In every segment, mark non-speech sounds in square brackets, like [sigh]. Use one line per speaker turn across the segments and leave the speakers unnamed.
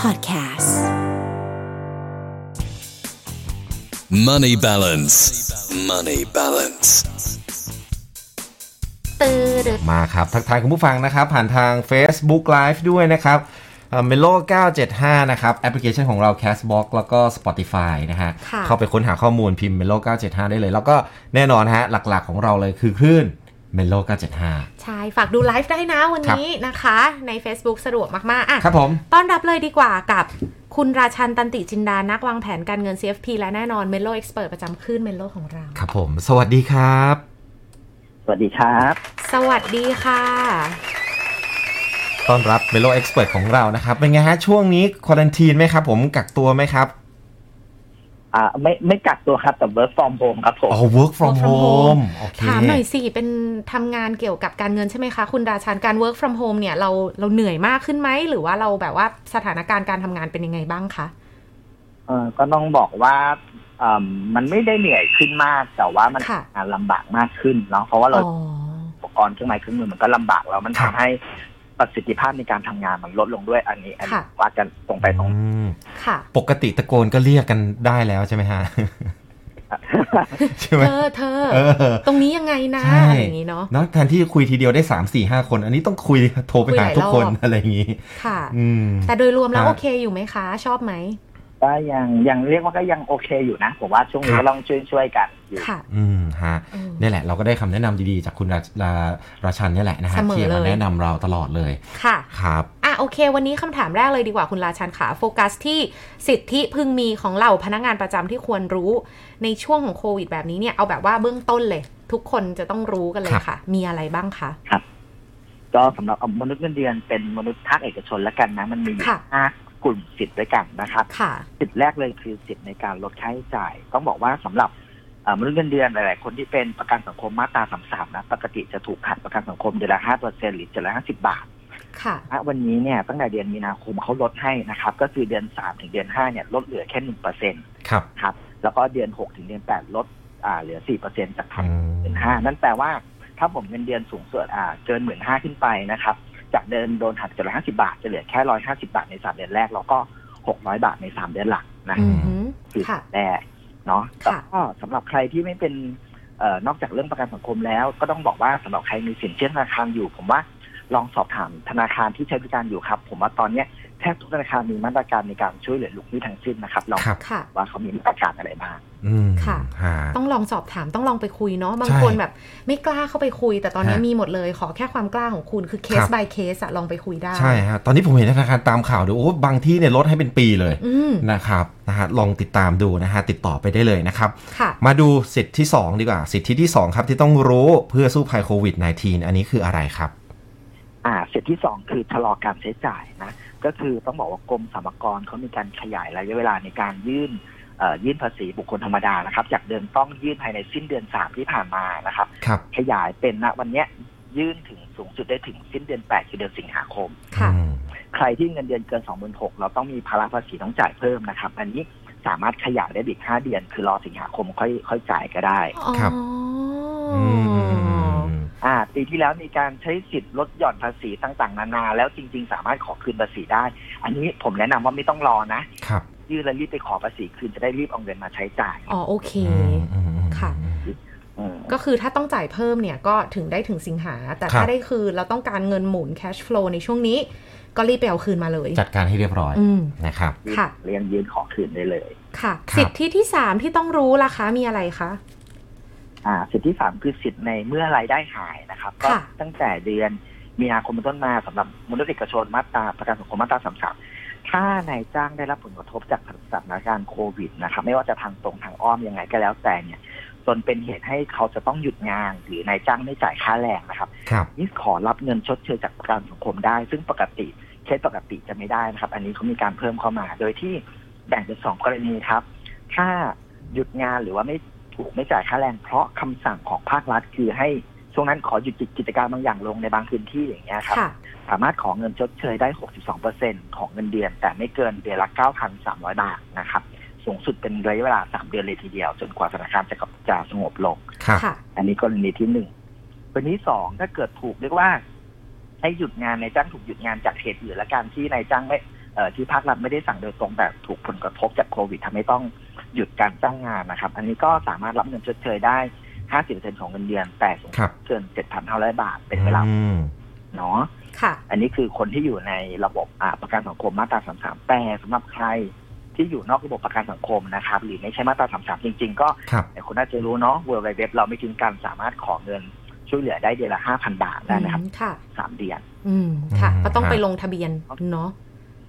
Podcasts.
Money balance. Money balance.
มาครับ ทักทายคุณผู้ฟังนะครับ ผ่านทาง Facebook Live ด้วยนะครับเมโล975 นะครับ แอปพลิเคชันของเรา Castbox แล้วก็ Spotify นะฮะ
ค่ะ
เข้าไปค้นหาข้อมูลพิมพ์เมโล975 ได้เลย แล้วก็แน่นอนฮะ หลักๆของเราเลยคือคลื่นเมโล975
ใช่ ฝากดูไลฟ์ได้นะวัน
ครับ
นี้นะคะ ใน Facebook สะดวกมาก ๆ อ่ะ
ครับผม
ต้อนรับเลยดีกว่ากับคุณราชันตันติจินดา นักวางแผนการเงิน CFP และแน่นอน Melo Expert ประจำคลื่น Melo ของเรา
ครับผม สวัสดีครับ
สวัสดีครับ
สวัสดีค่ะ
ต้อนรับเมโลเอ็กซ์เพรสของเรานะครับ เป็นไงฮะ ช่วงนี้ควอลันทีนไหมครับ ผมกักตัวไหมครับ
อ่าไม่ไม่กักตัวครับแต่ work from home ครับผม
อ๋อ work from
Work from
home
home
โอเค
ถามหน่อยสิ เป็นทำงานเกี่ยวกับการเงินใช่ไหมคะ คุณราชันการ work from home เนี่ยเราเราเหนื่อยมากขึ้นไหม หรือว่าเราแบบว่าสถานการณ์การทำงานเป็นยังไงบ้างคะ
เออก็ต้องบอกว่าอ่ามันไม่ได้เหนื่อยขึ้นมาก แต่ว่ามัน
ค่ะ
งานลำบากมากขึ้นเนาะเพราะว่าเรา
อ๋อ
อุปกรณ์เครื่องไม้เครื่องมือมันก็ลำบากแล้วมัน
ครั
ทำ
บ
ให้ประสิทธิภาพในการทำงานมันลดลงด้วยอันนี้อันนี้
ค่ะ
ว่ากันตรงไปตรง
อืม
ค่ะ
ปกติตะโกนก็เรียกกันได้แล้วใช่ไหม
[laughs]
ฮะ ใช่ไหม
เธอเธอ
เออ
ตรงนี้ยังไงนะ
ใช่
อะไรอย่างนี้เนาะ
เนอะแทนที่จะคุยทีเดียวได้สามสี่ห้าคน อันนี้ต้องคุย [laughs] โทรไปหาทุกคน
คุยหลายรอบ
อะไรอย่างนี้
ค่ะ
อืม
แต่โดยรวมแล้ว
อ่ะ
โอเคอยู่ไหมคะ ชอบไหม
ก็ยังยังเรียกว่าก็ยังโอเคอยู่นะผมว่าช่วงนี้
ครับ
ก็ต้องช่วยช่วยกันอยู่
ค่ะ
อืมฮะ
อืม
นี่แหละเราก็ได้คำแนะนำดีๆ จากคุณราชราราชันเนี่ยแหละนะฮะ
เสมอ
ที่มา
เลย
แนะนำเราตลอดเลย
ค่ะ
ครับ
อ่ะโอเค วันนี้คำถามแรกเลยดีกว่าคุณราชันขาโฟกัสที่สิทธิพึงมีของเหล่าพนักงานประจำที่ควรรู้ ในช่วงของโควิดแบบนี้เนี่ย เอาแบบว่าเบื้องต้นเลย ทุกคนจะต้องรู้กันเลย
ครับ
ค่ะ มีอะไรบ้างคะ
ก็สำหรับมนุษย์เงินเดือนเป็นมนุษย์ภาคเอกชนแล้วกันนะมันมีอยู่
ค่ะ
ห้ากลุ่มสิทธิ์ด้วยกันนะครับ
ค่ะ
สิทธิ์แรกเลยคือสิทธิ์ในการลดค่าใช้จ่าย ต้องบอกว่าสำหรับเอ่อมนุษย์เงินเดือนหลาย ๆ คนที่เป็นประกันสังคมมาตราสามสามนะ ปกติจะถูกหักประกันสังคมเดือนละห้าเปอร์เซ็นหรือเดือนละห้าสิบบาท
ค่ะ
ณวันนี้เนี่ยตั้งแต่เดือนมีนาคมเขาลดให้นะครับ ก็คือเดือนสามถึงเดือนห้าเนี่ยลดเหลือแค่หนึ่งเปอร์เซ็น
ครับ
ครับ แล้วก็เดือนหกถึงเดือนแปดลดอ่าเหลือสี่เปอร์เซ็นจากพั
อื
น
ม
เดือนห้านั่นแปลว่าถ้าผมเงินเดือนสูงสุดอ่าเกินหมื่นห้าขึ้นไปนะครับ จากเดินโดนหักเจ็ดร้อยห้าสิบาทจะเหลือแค่ร้อยห้าสิบาทในสามเดือนแรก แล้วก็หกร้อยบาทในสามเดือนหลังนะ
อืม
คือ
ค่ะ
แรกเนาะ
ค่ะ
แล้วก็สำหรับใครที่ไม่เป็นเอ่อนอกจากเรื่องประกันสังคมแล้ว ก็ต้องบอกว่าสำหรับใครมีสินเชื่อธนาคารอยู่ ผมว่าลองสอบถามธนาคารที่ใช้บริการอยู่ครับ ผมว่าตอนเนี้ยแทบทุกธนาคารมีมาตรการในการช่วยเหลือลูกหนี้ทั้งสิ้นนะครับลอง
ครับ
ค่ะ
ว่าเขามีมาตรการอะไรบ้าง
อืม
ค่ะ
ฮะ
ต้องลองสอบถามต้องลองไปคุยเนาะบาง
ใช่
คนแบบไม่กล้าเข้าไปคุย แต่ตอนนี้
ฮะ
มีหมดเลยขอแค่ความกล้าของคุณคือเค
ค
ส
รับ
by เคสอะลองไปคุยได้
ใช่ฮะตอนนี้ผมเห็นธนาคารตามข่าวดูโอ้บางที่เนี่ยลดให้เป็นปีเลย
อืม
นะครับนะฮะลองติดตามดูนะฮะติดต่อไปได้เลยนะครับ
ค่ะ
มาดูสิทธิที่ 2 ดีกว่า สิทธิที่ 2 ครับที่ต้องรู้เพื่อสู้ภัยโควิด -19 อันนี้คืออะไรครับ
อ่าเสร็จที่สองคือชะลอการใช้จ่ายนะก็คือต้องบอกว่ากรมสรรพากรเขามีการขยายระยะเวลาในการยื่นเอ่อยื่นภาษีบุคคลธรรมดานะครับ จากเดิมต้องยื่นภายในสิ้นเดือนสามที่ผ่านมานะครับ
ครับ
ขยายเป็นณวันเนี้ยยื่นถึงสูงสุดได้ถึงสิ้นเดือน 8 คือเดือนสิงหาคม
ค่ะ
อืม
ใครที่เงินเดือนเกิน 26,000เราต้องมีภาระภาษีต้องจ่ายเพิ่มนะครับ อันนี้สามารถขยายได้อีก 5 เดือน คือรอสิงหาคมค่อยค่อยจ่ายก็ได้
อ๋ออ
ม
อ่าปีที่แล้วมีการใช้สิทธิ์ลดหย่อนภาษีต่างๆ นานา แล้วจริง ๆ สามารถขอคืนภาษีได้ อันนี้ผมแนะนำว่าไม่ต้องรอนะครับ ยื่นแล้วรีบไปขอภาษีคืนจะได้รีบเอาเงินมาใช้จ่าย
อ๋อโอเค
อืมอืมอืม
ค่ะ
อืม
ก็คือถ้าต้องจ่ายเพิ่มเนี่ยก็ถึงได้ถึงสิงหา แต่
ครั
ถ้า
บ
ได้คืนเราต้องการเงินหมุน cash flow ในช่วงนี้ ก็รีบไปเอาคืนมาเลย
จัดการให้เรียบร้อย
อืม
นะครับ
ค่ะ
เรียนยื่นขอคืนได้เลย
ค่ะ
ครับ
สิทธิที่สามที่ต้องรู้ล่ะคะ มีอะไรคะ
อ่าสิทธิสามคือสิทธิ์ในเมื่อรายได้หายนะครับ ก็
ค่ะ
ตั้งแต่เดือนมีนาคมเป็นต้นมาสำหรับมนุษย์เอกชนมาตราประกันสังคมมาตราสามสามถ้านายจ้างได้รับผลกระทบจากสถานการณ์โควิดนะครับ ไม่ว่าจะทางตรงทางอ้อมยังไงก็แล้วแต่เนี่ยจนเป็นเหตุให้เขาจะต้องหยุดงาน หรือนายจ้างไม่จ่ายค่าแรงนะครับ
ครับ
นี่ขอรับเงินชดเชยจากประกันสังคมได้ ซึ่งปกติเคสปกติจะไม่ได้นะครับ อันนี้เขามีการเพิ่มเข้ามา โดยที่แบ่งเป็นสองกรณีครับ ถ้าหยุดงานหรือว่าไม่ถูกไม่จ่ายค่าแรงเพราะคำสั่งของภาครัฐคือให้ช่วงนั้นขอหยุดกิจการบางอย่างลงในบางพื้นที่อย่างเงี้ยครับ
ค่ะ
สามารถขอเงินชดเชยได้ 62%ของเงินเดือน แต่ไม่เกินเดือนละ 9,300 บาทนะครับ สูงสุดเป็นระยะเวลา 3 เดือนเลยทีเดียว จนกว่าสถานการณ์จะกลับจะสงบลง
ครับ
ค่ะ
อันนี้กรณีที่หนึ่งกรณีที่สองถ้าเกิดถูกเรียกว่าให้หยุดงานนายจ้างถูกหยุดงานจากเหตุอื่นและการที่นายจ้างไม่ เอ่อที่ภาครัฐไม่ได้สั่งโดยตรงแต่ถูกผลกระทบจากโควิดทำให้ต้องหยุดการจ้างงานนะครับ อันนี้ก็สามารถรับเงินชดเชยได้ 50%ของเงินเดือนแต่สูง
ครับ
เกิน7,500 บาทเป็นเวลา
อืม
เนาะ
ค่ะ
อันนี้คือคนที่อยู่ในระบบอ่าประกันสังคมมาตรา 33 แต่สำหรับใครที่อยู่นอกระบบประกันสังคมนะครับ หรือไม่ใช่มาตรา 33 จริง ๆ ก็
ครับ
หลายคนน่าจะรู้เนาะเว็บเว็บเราไม่ทิ้งกันสามารถขอเงินช่วยเหลือได้เดือนละ 5,000 บาทได้นะครับ
อืมค่ะ
สามเดือน
อืม ค่ะ
อืม
ก็ต้อง
ฮะ
ไปลงทะเบียนเนาะ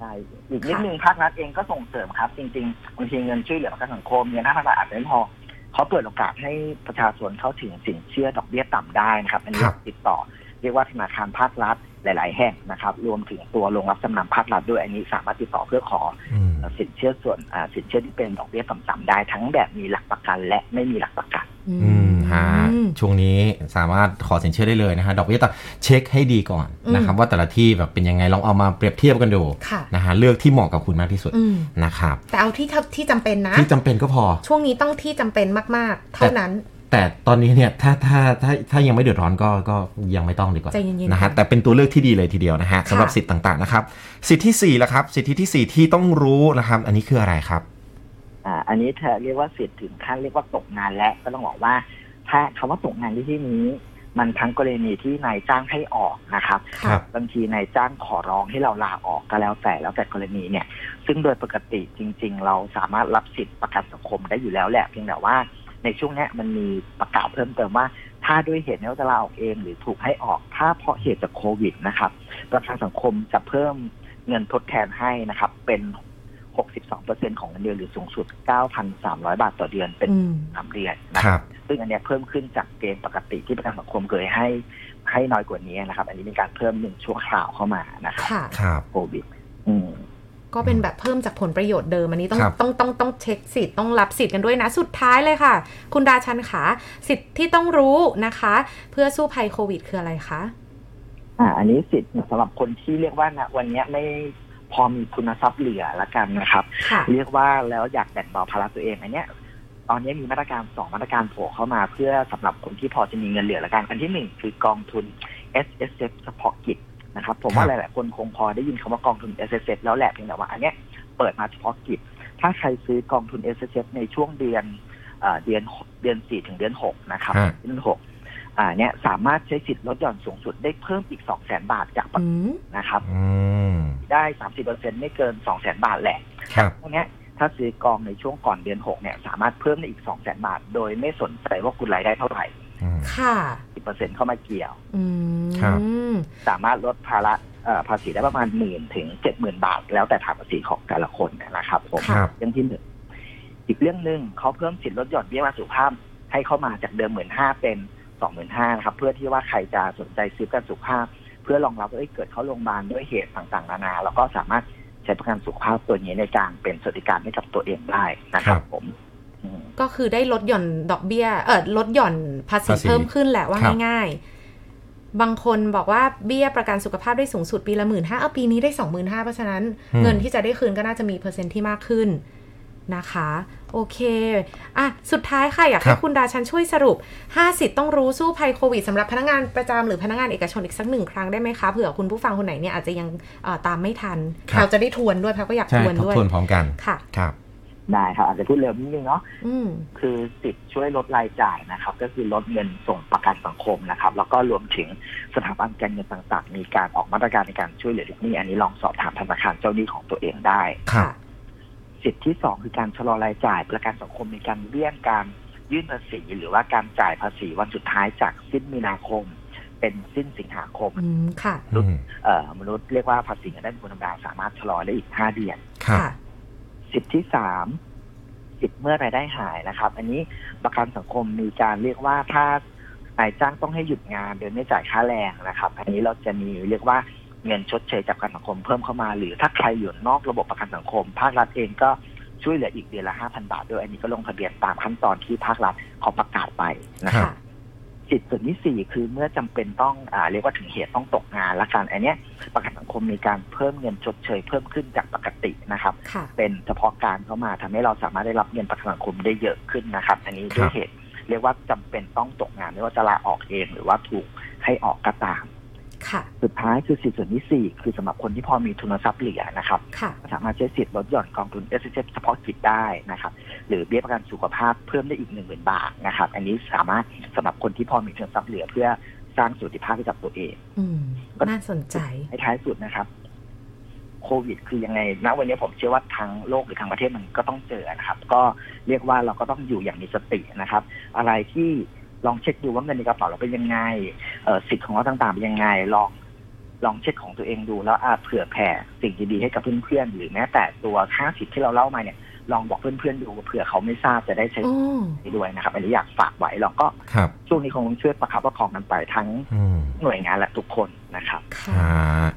ใช่อีกนิด
ค่ะ
นึงภาครัฐเองก็ส่งเสริมครับ จริงๆบางทีเงินช่วยเหลือประกันสังคมเงินห้าพันบาทอาจจะไม่พอเขาเปิดโอกาสให้ประชาชนเข้าถึงสินเชื่อดอกเบี้ยต่ำได้นะครับ อันนี้
ครับ
ติดต่อ เรียกว่าธนาคารภาครัฐหลาย ๆ แห่งนะครับ รวมถึงตัวโรงรับจำนำภาครัฐด้วยอันนี้สามารถติดต่อเพื่อขอ
อืม
สินเชื่อส่วนอ่าสินเชื่อที่เป็นดอกเบี้ยต่ำๆได้ทั้งแบบมีหลักประกันและไม่มีหลักประกัน
อื
อืมฮะ
อืม
ช่วงนี้สามารถขอสินเชื่อได้เลยนะฮะดอกเบี้ยต่ำเช็คให้ดีก่อน
อืม
นะครับ ว่าแต่ละที่แบบเป็นยังไงลองเอามาเปรียบเทียบกันดู
ค่ะ
นะฮะเลือกที่เหมาะกับคุณมากที่สุด
อืม
นะครับ
แต่เอาที่เท่าที่จำเป็นนะ
ที่จำเป็นก็พอ
ช่วงนี้ต้องที่จำเป็นมาก ๆ เท่านั้น
แต่ตอนนี้เนี่ยถ้าถ้าถ้าถ้ายังไม่เดือดร้อนก็ก็ยังไม่ต้องดีกว่า
ใจเย็นๆ
นะฮะ
ค่ะ
แต่เป็นตัวเลือกที่ดีเลยทีเดียวนะฮะ
ค่ะ
สำหรับสิทธิ์ต่างๆนะครับ สิทธิที่4ละครับ สิทธิที่สี่ที่ต้องรู้นะครับ อันนี้คืออะไรครับ
อ่าอันนี้เธอเรียกว่าสิทธิ์ถึงขั้นเรียกว่าตกงานและก็ต้องบอกว่า ถ้าคำว่าตกงานที่ที่นี้ มันทั้งกรณีที่นายจ้างให้ออกนะครับ
ครั
ค่ะ
บ
บางทีนายจ้างขอร้องให้เราลาออกก็แล้วแต่แล้วแต่กรณีเนี่ย ซึ่งโดยปกติจริง ๆ เราสามารถรับสิทธิ์ประกันสังคมได้อยู่แล้วแหละเพียงแต่ว่า ในช่วงเนี้ยมันมีประกาศเพิ่มเติมว่า ถ้าด้วยเหตุที่เราจะลาออกเองหรือถูกให้ออกถ้าเพราะเหตุจากโควิดนะครับ ประกันสังคมจะเพิ่มเงินทดแทนให้นะครับ เป็น 62%ของเงินเดือนหรือสูงสุด 9,300 บาทต่อเดือนเป็น
อืม
สามเดือนนะ
ค
ครับ
รับ
ซึ่งอันเนี้ยเพิ่มขึ้นจากเกณฑ์ปกติที่ประกันสังคมเคยให้ให้น้อยกว่านี้นะครับ อันนี้เป็นการเพิ่มหนึ่งชั่วคราวเข้ามานะครับ
ค่ะ
ครับ
โควิดอืม
ก็เป็นแบบเพิ่มจากผลประโยชน์เดิมอันนี้ต้อง
ครับ
ต้องต้องต้องเช็คสิทธิ์ต้องรับสิทธิ์กันด้วยนะ สุดท้ายเลยค่ะ คุณดาชันขาสิทธิ์ที่ต้องรู้นะคะ เพื่อสู้ภัยโควิดคืออะไรคะ
อ่าอันนี้สิทธิ์สำหรับคนที่เรียกว่านะวันเนี้ยไม่พอมีคุณทรัพย์เหลือละกันนะครับ
ค่ะ
เรียกว่าแล้วอยากแบ่งเบาภาระตัวเองอันเนี้ยตอนนี้มีมาตรการสองมาตรการโผล่เข้ามา เพื่อสำหรับคนที่พอจะมีเงินเหลือละกันอันที่หนึ่งคือกองทุน S S F เฉพาะกิจนะครับ ผมว่า
ค
ห
รับ
ลาย ๆ คนคงพอได้ยินคำว่ากองทุน S S F แล้วแหละเพียงแต่ว่าอันเนี้ยเปิดมาเฉพาะกิจ ถ้าใครซื้อกองทุน S S F ในช่วงเดือนเอ่อเดือนหกเดือนสี่ถึงเดือนหกนะครับ
ฮะ
เดือนหกอ่าเนี่ยสามารถใช้สิทธิ์ลดหย่อนสูงสุดได้เพิ่มอีกสองแสนบาทจากป
อื
กติ
ม
นะครับ
อืม
ได้สามสิบเปอร์เซ็นไม่เกินสองแสนบาทแหละ
ครับ
พวกเนี้ยถ้าซื้อกองในช่วงก่อนเดือนหกเนี่ยสามารถเพิ่มได้อีกสองแสนบาท โดยไม่สนใจว่าคุณรายได้เท่าไหร่
อืม
ค่ะ
สิบเปอร์เซ็นเข้ามาเกี่ยว
อื
ครับ
ม
สามารถลดภาระเอ่อภาษีได้ประมาณหมื่นถึงเจ็ดหมื่นบาท แล้วแต่ฐานภาษีของแต่ละคนนะครับผม
ครับ
เรื่องที่หนึ่งอีกเรื่องหนึ่งเขาเพิ่มสิทธิ์ลดหย่อนเบี้ยมาสุขภาพให้เข้ามาจากเดิมหมื่นห้าเป็นสองหมื่นห้านะครับ เพื่อที่ว่าใครจะสนใจซื้อประกันสุขภาพ เพื่อรองรับว่าเอ้ยเกิดเขาโรงพยาบาลด้วยเหตุต่างๆนานาแล้วก็สามารถใช้ประกันสุขภาพตัวนี้ในการเป็นสวัสดิการให้กับตัวเองได้นะครับผมอืม
ก็คือได้ลดหย่อนดอกเบี้ย เออลดหย่อนภาษี
ภาษี
เพิ่มขึ้นแหละว่า
ครับ
ง่ายๆ บางคนบอกว่าเบี้ยประกันสุขภาพได้สูงสุดปีละหมื่นห้าเอาปีนี้ได้สองหมื่นห้าเพราะฉะนั้น เงินที่จะได้คืนก็น่าจะมีเปอร์เซ็นต์ที่มากขึ้นนะคะ โอเคอ่ะสุดท้ายค่ะ อยาก
ครั
ให้
บ
คุณดาชันช่วยสรุป 50 ต้องรู้สู้ภัยโควิดสำหรับพนักงานประจำหรือพนักงานเอกชนอีกสักหนึ่งครั้งได้ไหมคะเผื่อคุณผู้ฟังคนไหนเนี่ยอาจจะยังเอ่อตามไม่ทันเราจะได้ทวนด้วยเพราะก็อยาก
ใช่
ทวน
ทบ
ด้วย
ทวนพร้อมกัน
ค่ะ
ครับ
ได้ครับอาจจะพูดเร็วนิดนึงเนาะ
อืม
คือสิทธิ์ช่วยลดรายจ่ายนะครับ ก็คือลดเงินส่งประกันสังคมนะครับ แล้วก็รวมถึงสถาบันการเงินต่างๆ มีการออกมาตรการในการช่วยเหลือลูกหนี้อันนี้ลองสอบถามธนาคารเจ้าหนี้ของตัวเองได้
ครับ
สิทธิที่สองคือการชะลอรายจ่ายประกันสังคมในการเลี่ยงการยื่นภาษี หรือว่าการจ่ายภาษีวันสุดท้ายจากสิ้นมีนาคม เป็นสิ้นสิงหาคม
อืม ค่ะ
อืม
เอ่อมนุษย์เรียกว่าภาษีเงินได้บุญธรรมดาสามารถชะลอได้อีกห้าเดือน
ครับ
สิทธิที่สามสิทธิเมื่อรายได้หายนะครับ อันนี้ประกันสังคมมีการเรียกว่าถ้านายจ้างต้องให้หยุดงานโดยไม่จ่ายค่าแรงนะครับ อันนี้เราจะมีเรียกว่าเงินชดเชยจากประกันสังคมเพิ่มเข้ามา หรือถ้าใครอยู่นอกระบบประกันสังคม ภาครัฐเองก็ช่วยเหลืออีกเดือนละห้าพันบาทด้วยอันนี้ก็ลงทะเบียนตามขั้นตอนที่ภาครัฐเขาประกาศไปนะค
ครั
รับ บ
ค่ะ
สิทธิ์ส่วนที่สี่คือเมื่อจำเป็นต้องอาเรียกว่าถึงเหตุต้องตกงานละกันอันเนี้ยประกันสังคมมีการเพิ่มเงินชดเชยเพิ่มขึ้นจากปกตินะครับ
ค่ะ
เป็นเฉพาะการเข้ามาทำให้เราสามารถได้รับเงินประกันสังคมได้เยอะขึ้นนะครับ อันนี้ด้วยเหตุ เรียกว่าจำเป็นต้องตกงานไม่ว่าจะลาออกเองหรือว่าถูกให้ออกก็ตาม
ค่ะ
สุดท้ายคือสิทธิส่วนที่สี่คือสำหรับคนที่พอมีทุนทรัพย์เหลือนะครับ
ค่ะ
สามารถใช้สิทธิ์ลดหย่อนกองทุน s s f เฉพาะกิจได้นะครับ หรือเบี้ยประกันสุขภาพเพิ่มได้อีกหนึ่งหมื่นบาทนะครับ อันนี้สามารถสำหรับคนที่พอมีทุนทรัพย์เหลือเพื่อสร้างสุขภาพให้กับตัวเอง
อืม น่าสนใจ
ในท้ายสุดนะครับ โควิด คือยังไงณวันนี้ผมเชื่อว่าทางโลกหรือทางประเทศมันก็ต้องเจอนะครับ ก็เรียกว่าเราก็ต้องอยู่อย่างมีสตินะครับ อะไรที่ลองเช็คดูว่าเงินในกระเป๋าเราเป็นยังไงเอ่อสิทธิ์ของเราต่างๆเป็นยังไง ลองลองเช็คของตัวเองดูแล้วอาเผื่อแผ่สิ่งดีๆให้กับเพื่อนๆหรือแม้แต่ตัวค่าสิทธิ์ที่เราเล่ามาเนี่ยลองบอกเพื่อนๆดูเผื่อเขาไม่ทราบจะได้ใช้
โอ้
ด้วยนะครับอันนี้อยากฝากไว้ลองก็
ครับ
ช่วงนี้คงต้องช่วยประคับประคองกันไปทั้ง
อืม
หน่วยงานและทุกคนนะครับ
ค่ะ
อ่า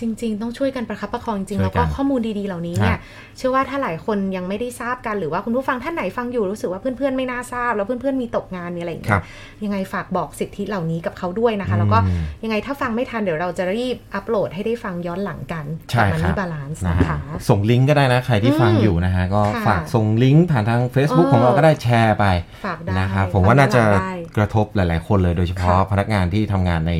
จริง ๆ ต้องช่วยกันประคับประคองจริง
ช่วยกัน
แล้วก็ข้อมูลดีๆ เหล่านี้เนี่
ครั
ย
บ
เชื่อว่าถ้าหลายคนยังไม่ได้ทราบกันหรือว่าคุณผู้ฟังท่านไหนฟังอยู่รู้สึกว่าเพื่อนๆไม่น่าทราบ แล้วเพื่อนๆมีตกงานมีอะไรอย่าง
ค
เงี้
รับ
ยยังไงฝากบอกสิทธิเหล่านี้กับเขาด้วยนะคะ แล้วก็
อืม
ยังไงถ้าฟังไม่ทันเดี๋ยวเราจะรีบอัปโหลดให้ได้ฟังย้อนหลังกัน
ใช่
กัมัน
ครับ
นี่บาลานซ์นะ
นะฮะ
คะ
ส่งลิงก์ก็ได้นะ ใครที่ฟัง
อืม
อยู่นะฮะ ก็
ค่ะ
ฝากส่งลิงก์ผ่านทาง Facebook
เออ
ของเราก็ได้แชร์ไป
ฝากได้
นะครับผมว่าน่าจะ
ฝกได้
กระทบหลาย ๆ คนเลยโดยเฉพาะ
ค่ะ
พนักงานที่ทำงานใน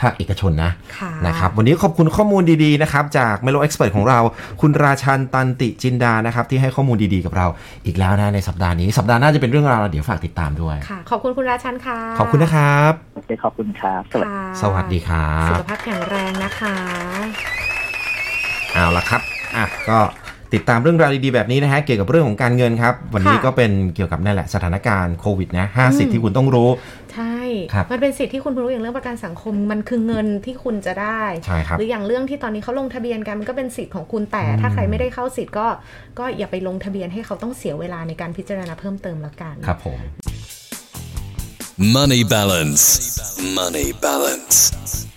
ภาคเอกชนนะ
ค่ะ
นะครับวันนี้ขอบคุณข้อมูลดีๆนะครับจาก Melo Expert ของเรา คุณราชันตันติจินดานะครับที่ให้ข้อมูลดีๆกับเราอีกแล้วนะในสัปดาห์นี้ สัปดาห์หน้าจะเป็นเรื่องราวอะไรเดี๋ยวฝากติดตามด้วย
ค่ะ ขอบคุณคุณราชันค่ะ
ขอบคุณนะครับ
โอเคขอบคุณครับ สวัสดีครับ
ค่ะ
สวัสดีครับ
สุขภาพแข็งแรงนะคะ
เอาละครับ อ่ะ ก็ติดตามเรื่องราวดีๆแบบนี้นะฮะ เกี่ยวกับเรื่องของการเงินครับ วันนี้
ค่ะ
ก็เป็นเกี่ยวกับนั่นแหละสถานการณ์โควิดนะห้าสิท
อื
ธิ์
ม
ที่คุณต้องรู้
ใช่
ครับ
มันเป็นสิทธิ์ที่คุณรู้อย่างเรื่องประกันสังคมมันคือเงินที่คุณจะได้
ใช่ครับ
หรืออย่างเรื่องที่ตอนนี้เขาลงทะเบียนกันมันก็เป็นสิทธิ์ของคุณแต่
อืม
ถ้าใครไม่ได้เข้าสิทธิ์ก็ก็อย่าไปลงทะเบียนให้เขาต้องเสียเวลาในการพิจารณาเพิ่มเติมละกัน
ครับผม
Money balance. Money balance.